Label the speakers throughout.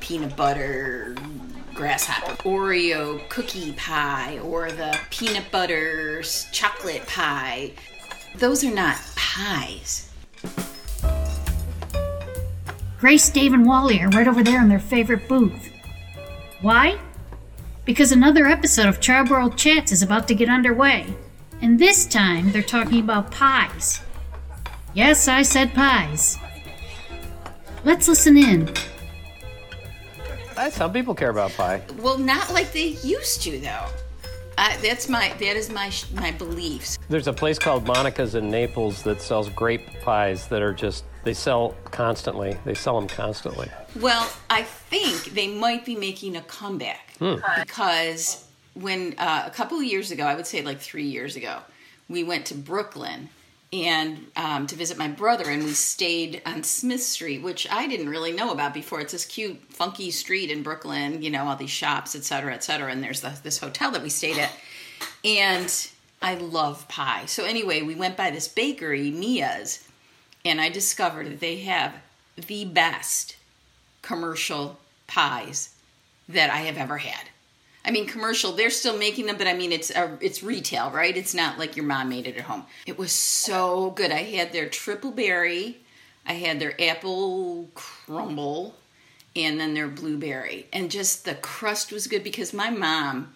Speaker 1: peanut butter grasshopper Oreo cookie pie or the peanut butter s- chocolate pie. Those are not pies.
Speaker 2: Grace, Dave, and Wally are right over there in their favorite booth. Why? Because another episode of Tribe World Chats is about to get underway. And this time, they're talking about pies. Yes, I said pies. Let's listen in.
Speaker 3: Eh, Some people care about pie.
Speaker 1: Well, not like they used to though. I, that's my that is my sh- my beliefs.
Speaker 3: There's a place called Monica's in Naples that sells grape pies that are just, they sell constantly. They sell them constantly.
Speaker 1: Well, I think they might be making a comeback because when uh, a couple of years ago, I would say like three years ago, we went to Brooklyn and um, to visit my brother, and we stayed on Smith Street, which I didn't really know about before. It's this cute, funky street in Brooklyn, you know, all these shops, et cetera, et cetera. And there's the, this hotel that we stayed at, and I love pie. So anyway, we went by this bakery, Mia's, and I discovered that they have the best commercial pies that I have ever had. I mean, commercial, they're still making them, but I mean, it's a, it's retail, right? It's not like your mom made it at home. It was so good. I had their triple berry, I had their apple crumble, and then their blueberry. And just the crust was good because my mom,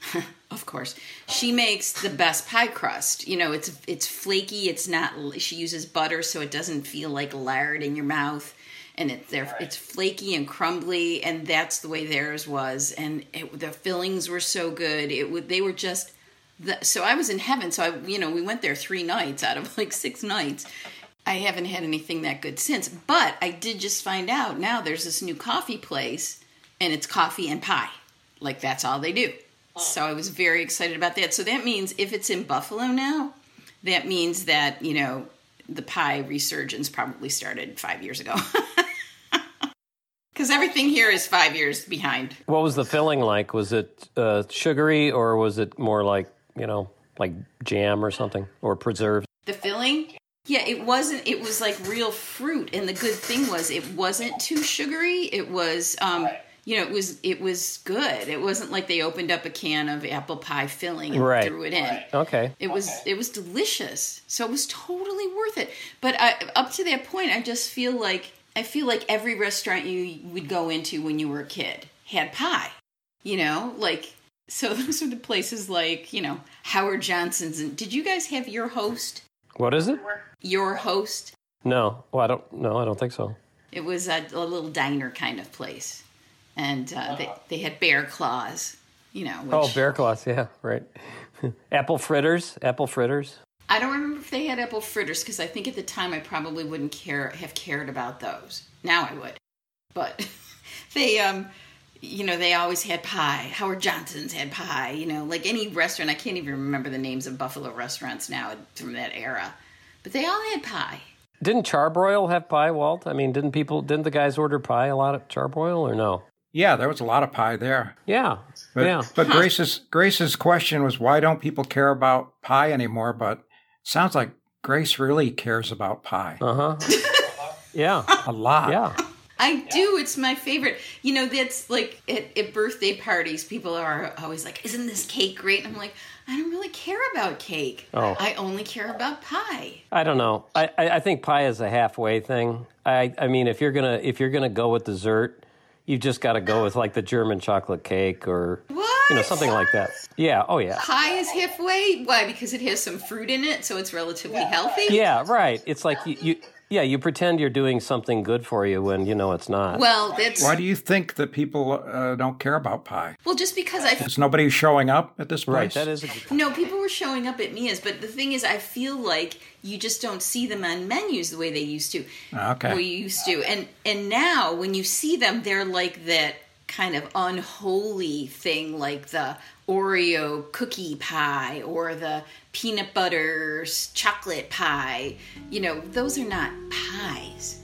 Speaker 1: of course, she makes the best pie crust. You know, it's it's flaky, it's not she uses butter so it doesn't feel like lard in your mouth and it, they're, it's flaky and crumbly and that's the way theirs was and it, the fillings were so good it would they were just the, so i was in heaven so i you know we went there three nights out of like six nights i haven't had anything that good since but i did just find out now there's this new coffee place and it's coffee and pie like that's all they do so i was very excited about that so that means if it's in buffalo now that means that you know the pie resurgence probably started five years ago because everything here is five years behind
Speaker 3: What was the filling like? Was it uh, sugary or was it more like, you know, like jam or something or preserves?
Speaker 1: the filling yeah it wasn't it was like real fruit and the good thing was it wasn't too sugary it was um you know it was it was good it wasn't like they opened up a can of apple pie filling and
Speaker 3: Right.
Speaker 1: threw it in
Speaker 3: Okay.
Speaker 1: It was it was delicious. So it was totally worth it. But I, up to that point, I just feel like I feel like every restaurant you would go into when you were a kid had pie. You know, like so those are the places like you know Howard Johnson's. And did you guys have your host?
Speaker 3: What is it?
Speaker 1: Your host.
Speaker 3: No. Well, I don't, no, I don't think so.
Speaker 1: It was a, a little diner kind of place, and uh, they they had bear claws. You know, which
Speaker 3: Oh, bear claws. Yeah, right. apple fritters. Apple fritters.
Speaker 1: I don't remember if they had apple fritters because I think at the time I probably wouldn't care have cared about those. Now I would, but they um, you know, they always had pie. Howard Johnson's had pie. You know, like any restaurant. I can't even remember the names of Buffalo restaurants now from that era, but they all had pie.
Speaker 3: Didn't Charbroil have pie, Walt? I mean, didn't people? Didn't the guys order pie a lot at Charbroil or no?
Speaker 4: Yeah, there was a lot of pie there.
Speaker 3: Yeah.
Speaker 4: But,
Speaker 3: yeah.
Speaker 4: but Grace's Grace's question was why don't people care about pie anymore? But it sounds like Grace really cares about pie
Speaker 3: Uh huh. yeah.
Speaker 4: a lot.
Speaker 3: Yeah.
Speaker 1: I do. It's my favorite. You know, that's like at, at birthday parties, people are always like, "Isn't this cake great?" And I'm like, I don't really care about cake.
Speaker 3: Oh.
Speaker 1: I only care about pie.
Speaker 3: I don't know. I, I, I think pie is a halfway thing. I, I mean, if you're gonna if you're gonna go with dessert, you've just got to go with like the German chocolate cake or you know
Speaker 1: What?
Speaker 3: something like that. Yeah. Oh yeah.
Speaker 1: pie is halfway. Why? Because it has some fruit in it, so it's relatively healthy.
Speaker 3: Yeah. Right. It's like you, you yeah you pretend you're doing something good for you when you know it's not.
Speaker 1: Well, that's
Speaker 4: Why do you think that people uh, don't care about pie?
Speaker 1: well, just because I
Speaker 4: Is nobody showing up at this
Speaker 3: right.
Speaker 4: place?
Speaker 3: That is. A good
Speaker 1: no people were showing up at Mia's, but the thing is, I feel like you just don't see them on menus the way they used to.
Speaker 4: Ah, Okay.
Speaker 1: Or you used to, and and now when you see them, they're like that kind of unholy thing, like the Oreo cookie pie or the peanut butter s- chocolate pie. You know, those are not pies.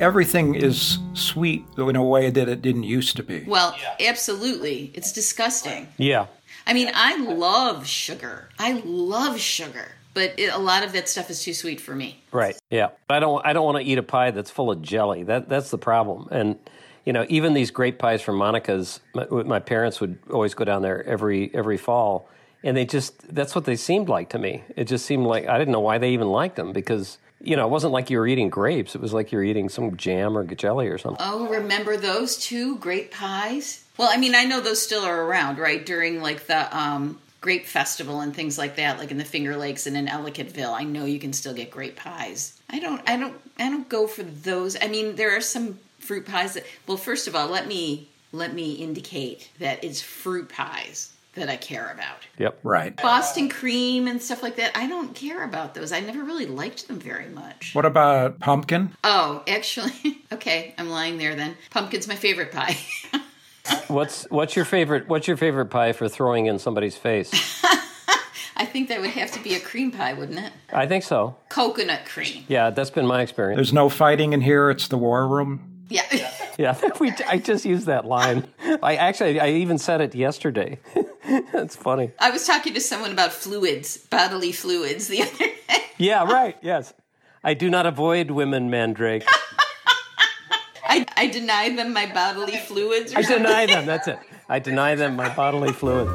Speaker 4: Everything is sweet in a way that it didn't used to be.
Speaker 1: Well, absolutely. It's disgusting.
Speaker 3: yeah.
Speaker 1: I mean, I love sugar. I love sugar. but it, a lot of that stuff is too sweet for me.
Speaker 3: Right. Yeah. But I don't I don't want to eat a pie that's full of jelly. That that's the problem. And you know, even these great pies from Monica's my, my parents would always go down there every every fall and they just that's what they seemed like to me. It just seemed like I didn't know why they even liked them because you know, it wasn't like you were eating grapes. It was like you were eating some jam or jelly or something.
Speaker 1: Oh, remember those two great pies? Well, I mean, I know those still are around, right? During like the um, grape festival and things like that, like in the Finger Lakes and in Ellicottville. I know you can still get grape pies. I don't, I don't, I don't go for those. I mean, there are some fruit pies that. Well, first of all, let me let me indicate that it's fruit pies that I care about.
Speaker 3: Yep.
Speaker 4: Right.
Speaker 1: Boston cream and stuff like that. I don't care about those. I never really liked them very much.
Speaker 4: What about pumpkin?
Speaker 1: Oh, actually, okay, I'm lying there then. Pumpkin's my favorite pie.
Speaker 3: What's what's your favorite what's your favorite pie for throwing in somebody's face?
Speaker 1: I think that would have to be a cream pie, wouldn't it?
Speaker 3: I think so.
Speaker 1: Coconut cream.
Speaker 3: Yeah, that's been my experience.
Speaker 4: There's no fighting in here. It's the war room.
Speaker 1: Yeah.
Speaker 3: Yeah, we, I just used that line. I actually I even said it yesterday. that's funny.
Speaker 1: I was talking to someone about fluids, bodily fluids the other day.
Speaker 3: Yeah, right. Yes. I do not avoid women, Mandrake.
Speaker 1: I, I deny them my bodily fluids.
Speaker 3: I deny them. That's it. I deny them my bodily fluid.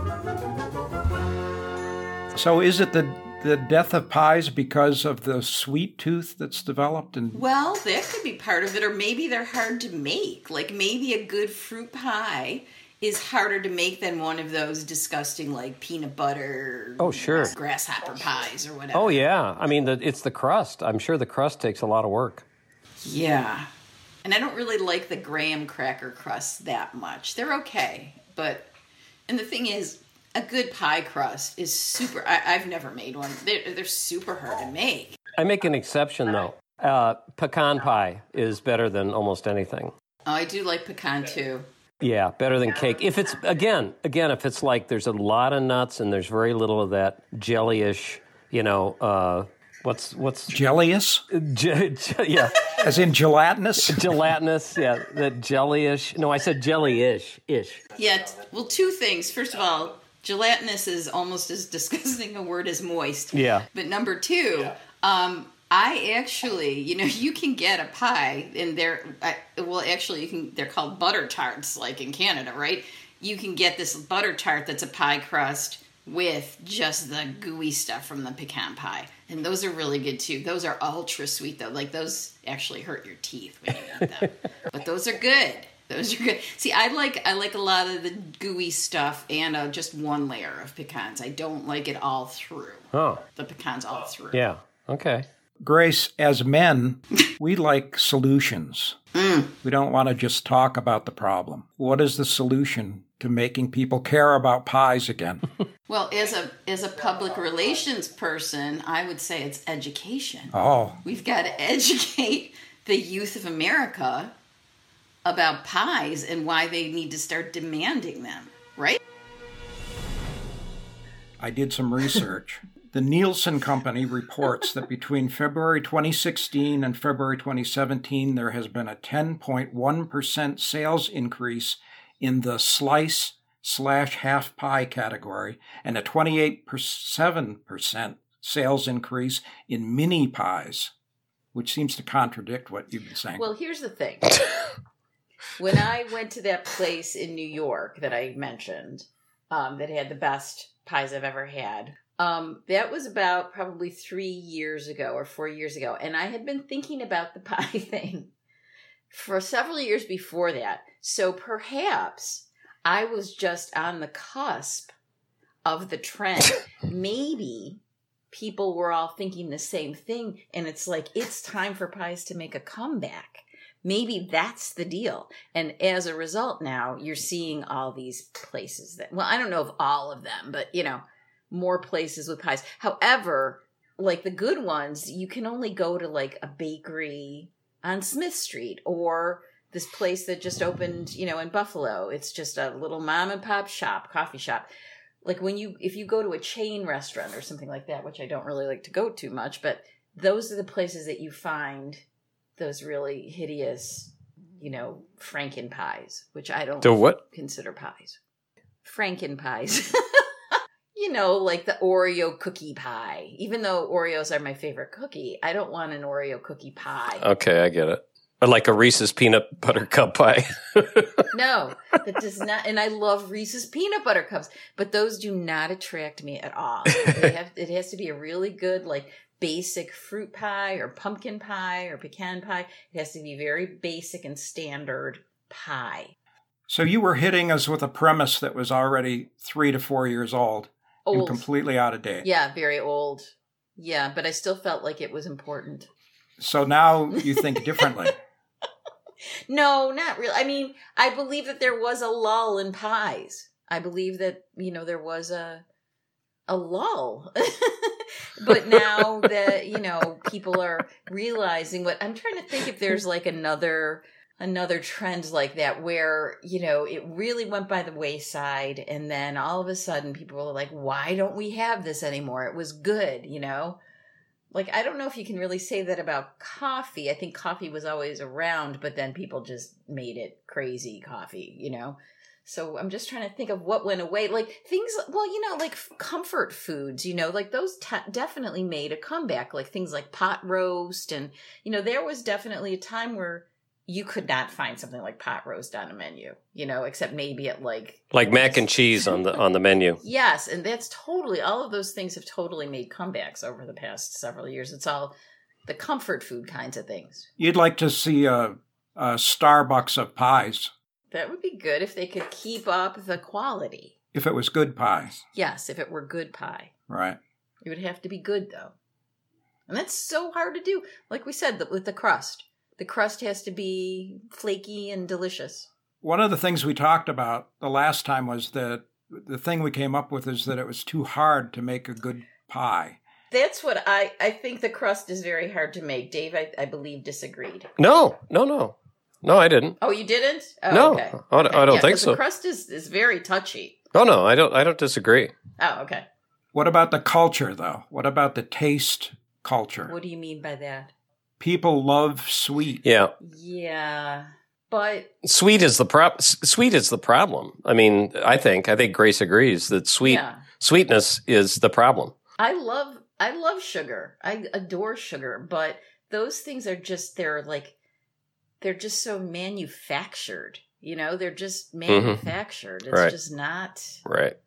Speaker 4: So is it the the death of pies because of the sweet tooth that's developed and
Speaker 1: Well, that could be part of it, or maybe they're hard to make. Like maybe a good fruit pie is harder to make than one of those disgusting like peanut butter
Speaker 3: Oh, sure.
Speaker 1: grasshopper pies or whatever.
Speaker 3: Oh yeah. I mean, the, it's the crust. I'm sure the crust takes a lot of work.
Speaker 1: Yeah. And I don't really like the graham cracker crust that much. They're okay, but and the thing is, a good pie crust is super. I, I've never made one. They're, they're super hard to make.
Speaker 3: I make an exception though. Uh, pecan pie is better than almost anything.
Speaker 1: Oh, I do like pecan too.
Speaker 3: Yeah, better than cake. If it's again, again, if it's like there's a lot of nuts and there's very little of that jellyish, you know, uh, what's what's
Speaker 4: jellius?
Speaker 3: j- j- yeah,
Speaker 4: As in gelatinous?
Speaker 3: gelatinous, yeah, that jellyish. No, I said jellyish, ish.
Speaker 1: Yeah. t- Well, two things. First of all, gelatinous is almost as disgusting a word as moist.
Speaker 3: Yeah.
Speaker 1: But number two, um, I actually, you know, you can get a pie, and they're I, well, actually, you can. They're called butter tarts, like in Canada, right? You can get this butter tart that's a pie crust with just the gooey stuff from the pecan pie, and those are really good too. Those are ultra sweet though; like those actually hurt your teeth when you eat them, but those are good. Those are good. See, I like I like a lot of the gooey stuff and uh, just one layer of pecans. I don't like it all through
Speaker 3: Oh,
Speaker 1: the pecans all through.
Speaker 3: yeah, okay.
Speaker 4: Grace, as men, we like solutions. We don't want to just talk about the problem. What is the solution to making people care about pies again?
Speaker 1: Well, as a as a public relations person, I would say it's education.
Speaker 4: oh,
Speaker 1: We've got to educate the youth of America about pies and why they need to start demanding them, right?
Speaker 4: I did some research. the Nielsen Company reports that between February 2016 and February 2017, there has been a 10.1% sales increase in the slice slash half pie category and a 28.7% sales increase in mini pies, which seems to contradict what you've been saying.
Speaker 1: Well, here's the thing. when I went to that place in New York that I mentioned, um, that had the best pies I've ever had, um, that was about probably three years ago or four years ago. And I had been thinking about the pie thing for several years before that. So perhaps I was just on the cusp of the trend. Maybe people were all thinking the same thing and it's like it's time for pies to make a comeback maybe that's the deal and as a result now you're seeing all these places that well i don't know of all of them but you know more places with pies however like the good ones you can only go to like a bakery on smith street or this place that just opened you know in buffalo it's just a little mom and pop shop coffee shop like when you if you go to a chain restaurant or something like that which i don't really like to go too much but those are the places that you find those really hideous you know franken pies which i don't
Speaker 5: The what?
Speaker 1: consider pies franken pies you know, like the Oreo cookie pie. Even though Oreos are my favorite cookie, I don't want an Oreo cookie pie.
Speaker 3: Okay, I get it. Or like a Reese's peanut butter cup pie.
Speaker 1: No, that does not. And I love Reese's peanut butter cups, but those do not attract me at all. They have, it has to be a really good, like basic fruit pie or pumpkin pie or pecan pie. It has to be very basic and standard pie.
Speaker 4: So you were hitting us with a premise that was already three to four years old and
Speaker 1: Old.
Speaker 4: completely out of date.
Speaker 1: Yeah, very old. Yeah, but I still felt like it was important.
Speaker 4: So now you think differently.
Speaker 1: No, not really. I mean, I believe that there was a lull in pies. I believe that you know there was a a lull. but now that you know people are realizing what I'm trying to think if there's like another another trend like that where you know it really went by the wayside and then all of a sudden people were like why don't we have this anymore it was good you know like I don't know if you can really say that about coffee. I think coffee was always around, but then people just made it crazy coffee, you know. So I'm just trying to think of what went away. Like things, well, you know, like f- comfort foods, you know, like those te- definitely made a comeback. Like things like pot roast, and you know, there was definitely a time where you could not find something like pot roast on a menu, you know, except maybe at like
Speaker 3: like mac and cheese on the on the menu.
Speaker 1: Yes, and that's totally all of those things have totally made comebacks over the past several years. It's all the comfort food kinds of things.
Speaker 4: You'd like to see a, a Starbucks of pies
Speaker 1: That would be good if they could keep up the quality.
Speaker 4: if it was good pies,
Speaker 1: Yes, if it were good pie.
Speaker 4: right?
Speaker 1: It would have to be good though. And that's so hard to do. Like we said th- with the crust. The crust has to be flaky and delicious.
Speaker 4: One of the things we talked about the last time was that the thing we came up with is that it was too hard to make a good pie.
Speaker 1: That's what I I think the crust is very hard to make. Dave I, I believe disagreed.
Speaker 3: No, no, no, no. I didn't.
Speaker 1: Oh, you didn't? Oh,
Speaker 3: no,
Speaker 1: okay.
Speaker 3: I don't, I don't
Speaker 1: Yeah,
Speaker 3: think
Speaker 1: 'cause
Speaker 3: so.
Speaker 1: The crust is is very touchy.
Speaker 3: No, Oh, no, I don't. I don't disagree.
Speaker 1: Oh, okay.
Speaker 4: What about the culture, though? What about the taste culture?
Speaker 1: What do you mean by that?
Speaker 4: People love sweet.
Speaker 3: Yeah,
Speaker 1: Yeah, but
Speaker 3: sweet is the prop. s- Sweet is the problem. I mean, I think I think Grace agrees that sweet
Speaker 1: yeah,
Speaker 3: sweetness is the problem.
Speaker 1: I love I love sugar. I adore sugar, but those things are just they're like they're just so manufactured. You know, they're just manufactured. It's
Speaker 3: Mm-hmm. Right.
Speaker 1: just not.
Speaker 3: Right.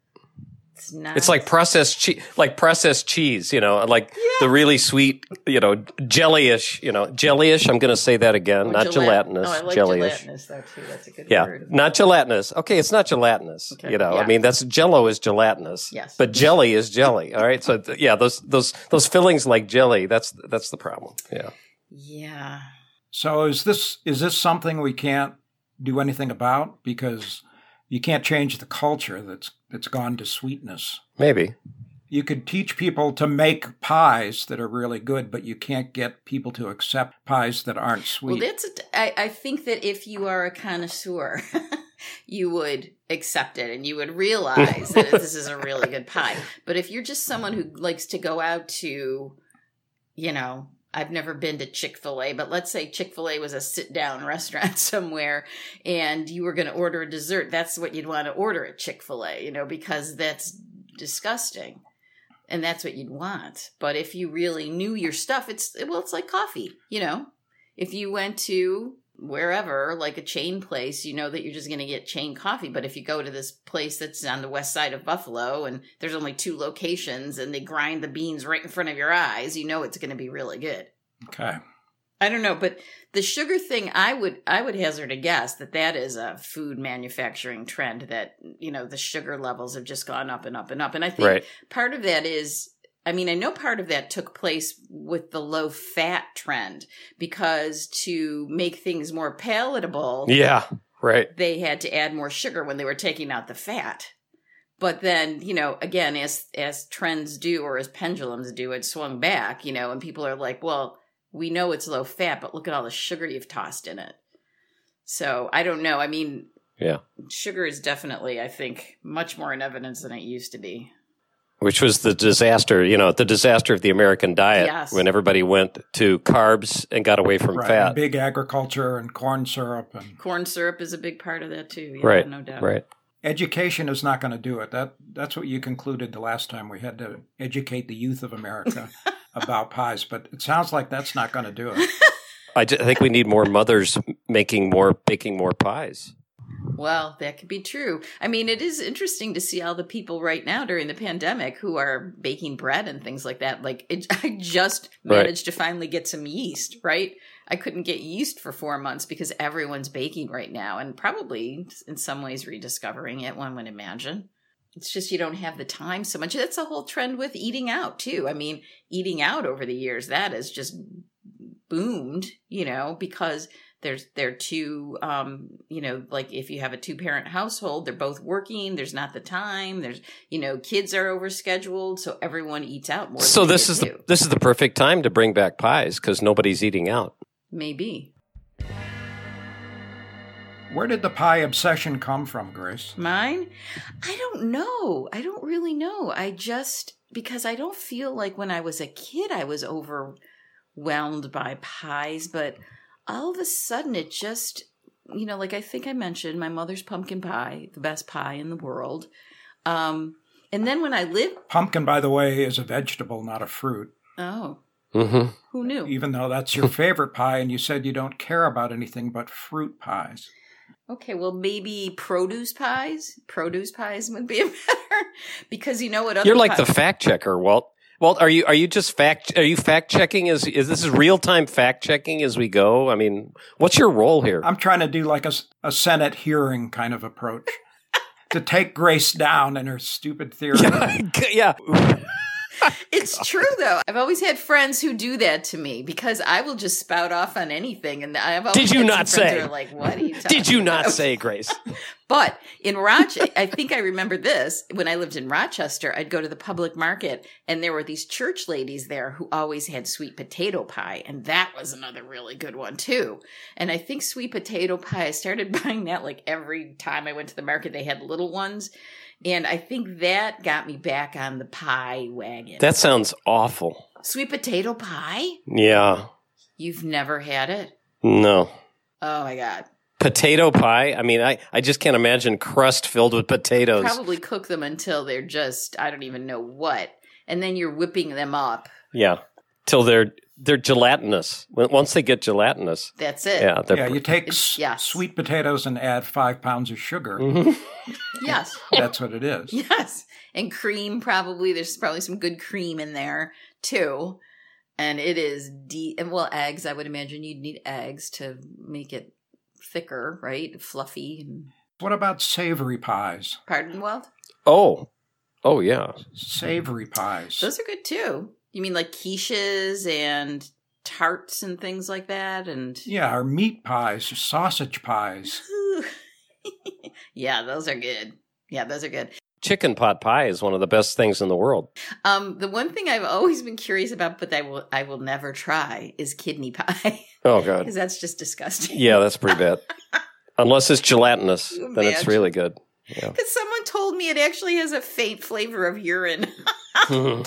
Speaker 1: It's not.
Speaker 3: It's like processed cheese, like processed cheese, you know, like the really sweet, you know, jellyish, you know, jellyish. I'm going to say that again,
Speaker 1: Or
Speaker 3: not
Speaker 1: gelat-
Speaker 3: gelatinous,
Speaker 1: Oh, I like
Speaker 3: jellyish.
Speaker 1: gelatinous though too. That's a good
Speaker 3: Yeah,
Speaker 1: word.
Speaker 3: not gelatinous. Okay, it's not gelatinous.
Speaker 1: Okay,
Speaker 3: You know,
Speaker 1: yeah.
Speaker 3: I mean that's Jello is gelatinous.
Speaker 1: Yes.
Speaker 3: but jelly is jelly. All right, so th- yeah, those those those fillings like jelly. That's that's the problem. Yeah,
Speaker 1: Yeah.
Speaker 4: So is this is this something we can't do anything about because you can't change the culture that's that's gone to sweetness.
Speaker 3: maybe.
Speaker 4: You could teach people to make pies that are really good, but you can't get people to accept pies that aren't
Speaker 1: Well,
Speaker 4: sweet.
Speaker 1: that's. a t- I I think that if you are a connoisseur, you would accept it and you would realize that this is a really good pie. But if you're just someone who likes to go out to, you know, I've never been to Chick Fil A, but let's say Chick Fil A was a sit down restaurant somewhere, and you were going to order a dessert. That's what you'd want to order at Chick Fil A, you know, because that's disgusting. And that's what you'd want. But if you really knew your stuff, it's well, it's like coffee, you know if you went to wherever like a chain place you know that you're just going to get chain coffee but if you go to this place that's on the west side of buffalo and there's only two locations and they grind the beans right in front of your eyes you know it's going to be really good
Speaker 4: okay.
Speaker 1: i don't know but the sugar thing i would i would hazard a guess that that is a food manufacturing trend that you know the sugar levels have just gone up and up and up and i think
Speaker 3: Right.
Speaker 1: part of that is i mean i know part of that took place with the low fat trend because to make things more palatable
Speaker 3: Yeah. Right.
Speaker 1: they had to add more sugar when they were taking out the fat but then you know again as as trends do or as pendulums do it swung back you know and people are like well we know it's low fat but look at all the sugar you've tossed in it so i don't know i mean
Speaker 3: Yeah.
Speaker 1: sugar is definitely i think much more in evidence than it used to be
Speaker 3: Which was the disaster, you know, the disaster of the American diet
Speaker 1: Yes.
Speaker 3: when everybody went to carbs and got away from
Speaker 4: Right.
Speaker 3: fat.
Speaker 4: Big agriculture and corn syrup and
Speaker 1: corn syrup is a big part of that too. Yeah,
Speaker 3: right.
Speaker 1: no doubt.
Speaker 3: Right.
Speaker 4: education is not going to do it. That that's what you concluded the last time we had to educate the youth of America about pies. But it sounds like that's not going to do it.
Speaker 3: I, ju- I think we need more mothers making more, baking more pies.
Speaker 1: Well, that could be true. I mean, it is interesting to see all the people right now during the pandemic who are baking bread and things like that. Like, it, I just
Speaker 3: Right.
Speaker 1: managed to finally get some yeast, right? I couldn't get yeast for four months because everyone's baking right now and probably in some ways rediscovering it, one would imagine. It's just you don't have the time so much. That's a whole trend with eating out, too. I mean, eating out over the years, that has just boomed, you know, because there's they're two um you know like if you have a two parent household they're both working there's not the time there's you know kids are overscheduled so everyone eats out more
Speaker 3: So
Speaker 1: than
Speaker 3: this
Speaker 1: they
Speaker 3: is
Speaker 1: do.
Speaker 3: the, this is the perfect time to bring back pies because nobody's eating out.
Speaker 1: maybe
Speaker 4: Where did the pie obsession come from, Grace?
Speaker 1: mine i don't know i don't really know i just because i don't feel like when i was a kid i was overwhelmed by pies but all of a sudden it just you know like i think i mentioned my mother's pumpkin pie the best pie in the world um and then when i lived
Speaker 4: Pumpkin, by the way, is a vegetable, not a fruit.
Speaker 1: Oh,
Speaker 3: Mm-hmm.
Speaker 1: who knew?
Speaker 4: Even though that's your favorite pie, and you said you don't care about anything but fruit pies.
Speaker 1: Okay, well, maybe produce pies. Produce pies would be better because you know what? Other
Speaker 3: You're like
Speaker 1: pi-
Speaker 3: the fact checker, Walt. Walt, are you are you just fact are you fact checking as is this is real time fact checking as we go? I mean, what's your role here?
Speaker 4: I'm trying to do like a, s- a Senate hearing kind of approach to take Grace down and her stupid theory.
Speaker 3: yeah.
Speaker 1: It's true though. I've always had friends who do that to me because I will just spout off on anything, and I've always
Speaker 3: Did you
Speaker 1: had some
Speaker 3: not
Speaker 1: friends
Speaker 3: say?
Speaker 1: who are like, what? Are you talking
Speaker 3: Did you not
Speaker 1: about?"
Speaker 3: say, Grace?
Speaker 1: But in Rochester, I think I remember this. When I lived in Rochester, I'd go to the public market and there were these church ladies there who always had sweet potato pie. And that was another really good one, too. And I think sweet potato pie, I started buying that like every time I went to the market, they had little ones. And I think that got me back on the pie wagon.
Speaker 3: That sounds awful.
Speaker 1: sweet potato pie?
Speaker 3: Yeah.
Speaker 1: You've never had it?
Speaker 3: No.
Speaker 1: Oh my God.
Speaker 3: Potato pie. I mean, I, I just can't imagine crust filled with potatoes.
Speaker 1: Probably cook them until they're just, I don't even know what. And then you're whipping them up.
Speaker 3: Yeah. Till they're they're gelatinous. When- Once they get gelatinous,
Speaker 1: That's it.
Speaker 3: yeah, they're
Speaker 4: yeah, you take s-
Speaker 1: Yes.
Speaker 4: sweet potatoes and add five pounds of sugar.
Speaker 3: Mhm.
Speaker 1: Yes.
Speaker 4: That's what it is.
Speaker 1: Yes. And cream, probably. There's probably some good cream in there, too. And it is deep. And well, eggs, I would imagine you'd need eggs to make it thicker, right? Fluffy. and-
Speaker 4: What about savory pies?
Speaker 1: Pardon, Walt?
Speaker 3: Oh. Oh yeah.
Speaker 4: Savory pies.
Speaker 1: Those are good, too. You mean like quiches and tarts and things like that? And
Speaker 4: yeah, or meat pies, or sausage pies.
Speaker 1: Ooh. yeah, those are good. Yeah, those are good.
Speaker 3: Chicken pot pie is one of the best things in the world.
Speaker 1: Um, the one thing I've always been curious about, but I will I will never try is kidney pie.
Speaker 3: Oh god.
Speaker 1: Because that's just disgusting.
Speaker 3: Yeah, that's pretty bad. Unless it's gelatinous,
Speaker 1: You
Speaker 3: then it's
Speaker 1: imagine.
Speaker 3: really good. Yeah.
Speaker 1: Because someone told me it actually has a faint flavor of urine.
Speaker 3: oh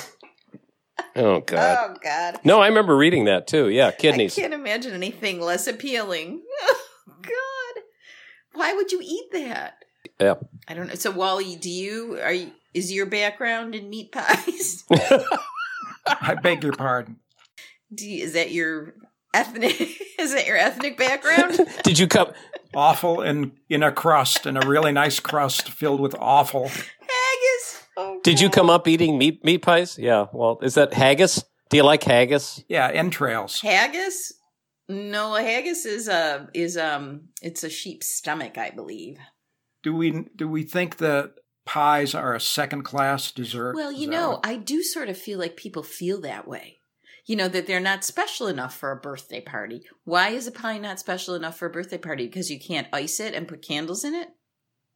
Speaker 3: god.
Speaker 1: oh God.
Speaker 3: No, I remember reading that too. Yeah, kidneys.
Speaker 1: I can't imagine anything less appealing. Oh, God. Why would you eat that?
Speaker 3: Yeah.
Speaker 1: I don't know. So Wally, do you are you, is your background in meat pies?
Speaker 4: I beg your pardon.
Speaker 1: Do you, is that your ethnic is that your ethnic background?
Speaker 3: Did you come?
Speaker 4: Awful in, in a crust, in a really nice crust filled with awful.
Speaker 1: Haggis. Oh,
Speaker 3: Did you
Speaker 1: God.
Speaker 3: come up eating meat meat pies? Yeah. Well, is that haggis? Do you like haggis?
Speaker 4: Yeah, entrails.
Speaker 1: haggis? No, a haggis is a is um it's a sheep's stomach, I believe.
Speaker 4: Do we do we think that pies are a second class dessert?
Speaker 1: Well,
Speaker 4: Is
Speaker 1: you
Speaker 4: that
Speaker 1: know,
Speaker 4: what-
Speaker 1: I do sort of feel like people feel that way. You know, that they're not special enough for a birthday party. Why is a pie not special enough for a birthday party? Because you can't ice it and put candles in it?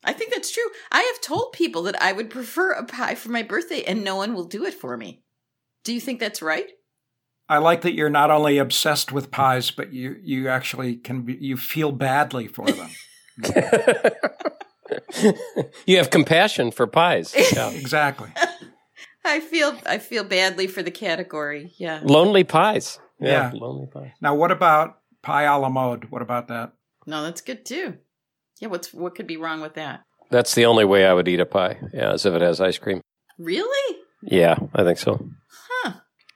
Speaker 1: I think that's true. I have told people that I would prefer a pie for my birthday and no one will do it for me. Do you think that's right?
Speaker 4: I like that you're not only obsessed with pies, but you you actually can be, you feel badly for them.
Speaker 3: you have compassion for pies. Yeah.
Speaker 4: exactly.
Speaker 1: I feel I feel badly for the category. Yeah.
Speaker 3: lonely pies. Yeah,
Speaker 4: Yeah.
Speaker 3: lonely pies.
Speaker 4: Now, what about pie a la mode? What about that?
Speaker 1: No, that's good too. Yeah, what's what could be wrong with that?
Speaker 3: That's the only way I would eat a pie. Yeah, is if it has ice cream.
Speaker 1: Really?
Speaker 3: Yeah, I think so.
Speaker 1: Huh.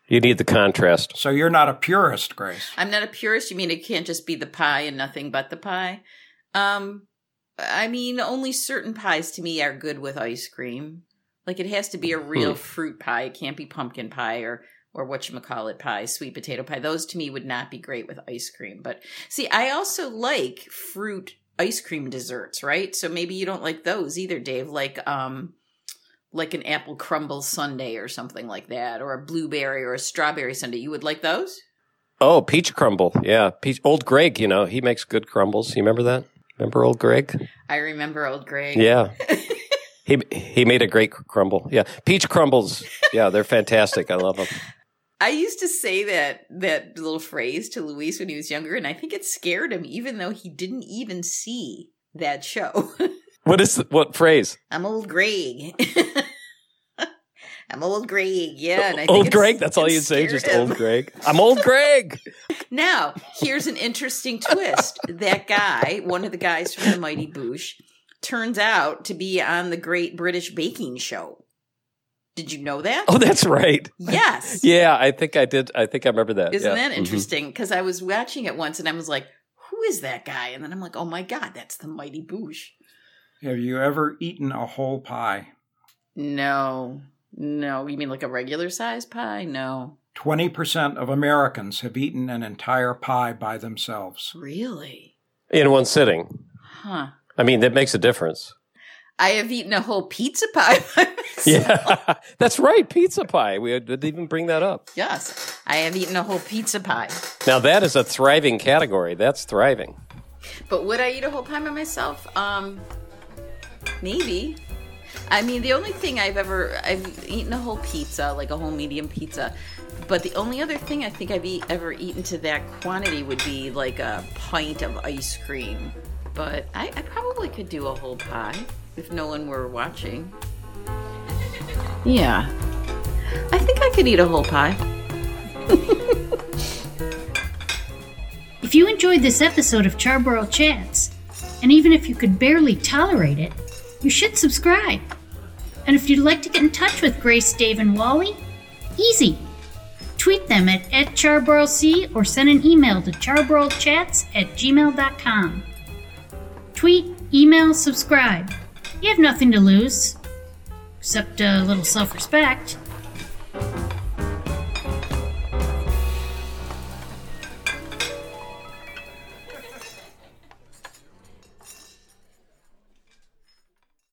Speaker 3: You need the contrast.
Speaker 4: So you're not a purist, Grace.
Speaker 1: I'm not a purist. You mean it can't just be the pie and nothing but the pie? Um, I mean, only certain pies to me are good with ice cream. Like it has to be a real fruit pie. It can't be pumpkin pie or or what you call it pie, sweet potato pie. Those to me would not be great with ice cream. But see, I also like fruit ice cream desserts, right? So maybe you don't like those either, Dave. Like um like an apple crumble sundae or something like that or a blueberry or a strawberry sundae. You would like those?
Speaker 3: Oh, peach crumble. Yeah, peach. Old Greg, you know, he makes good crumbles. You remember that? Remember old Greg?
Speaker 1: I remember old Greg.
Speaker 3: Yeah. He, he made a great crumble. Yeah. Peach crumbles. Yeah, they're fantastic. I love them.
Speaker 1: I used to say that that little phrase to Luis when he was younger, and I think it scared him, even though he didn't even see that show.
Speaker 3: What is what phrase?
Speaker 1: I'm old Greg. I'm old Greg, yeah. And I think
Speaker 3: old
Speaker 1: it's-
Speaker 3: Greg. That's all
Speaker 1: it
Speaker 3: you say. Just
Speaker 1: scared him.
Speaker 3: old Greg. I'm old Greg.
Speaker 1: Now, here's an interesting twist. That guy, one of the guys from the Mighty Boosh, turns out to be on the Great British Baking Show. Did you know that?
Speaker 3: Oh, that's right.
Speaker 1: Yes.
Speaker 3: Yeah, I think I did. I think I remember that.
Speaker 1: Isn't
Speaker 3: yeah. Mm-hmm.
Speaker 1: that interesting? Because I was watching it once and I was like, who is that guy? And then I'm like, oh my God, that's the Mighty Boosh.
Speaker 4: Have you ever eaten a whole pie?
Speaker 1: No, no. You mean like a regular size pie? No.
Speaker 4: 20% of Americans have eaten an entire pie by themselves.
Speaker 1: Really?
Speaker 3: In one sitting.
Speaker 1: Huh.
Speaker 3: I mean, that makes a difference.
Speaker 1: I have eaten a whole pizza pie. by myself.
Speaker 3: Yeah, that's right. Pizza pie. We didn't even bring that up.
Speaker 1: Yes. I have eaten a whole pizza pie.
Speaker 3: Now that is a thriving category. That's thriving.
Speaker 1: But would I eat a whole pie by myself? Um, maybe. I mean, the only thing I've ever I've eaten a whole pizza, like a whole medium pizza. But the only other thing I think I've eat, ever eaten to that quantity would be like a pint of ice cream. But I, I probably could do a whole pie if no one were watching. Yeah, I think I could eat a whole pie.
Speaker 2: If you enjoyed this episode of Charbroil Chats, and even if you could barely tolerate it, you should subscribe. And if you'd like to get in touch with Grace, Dave, and Wally, easy. Tweet them at, at charbroilc or send an email to charbroilchats at gmail.com. Tweet, email, uh, subscribe. You have nothing to lose, except a little self respect.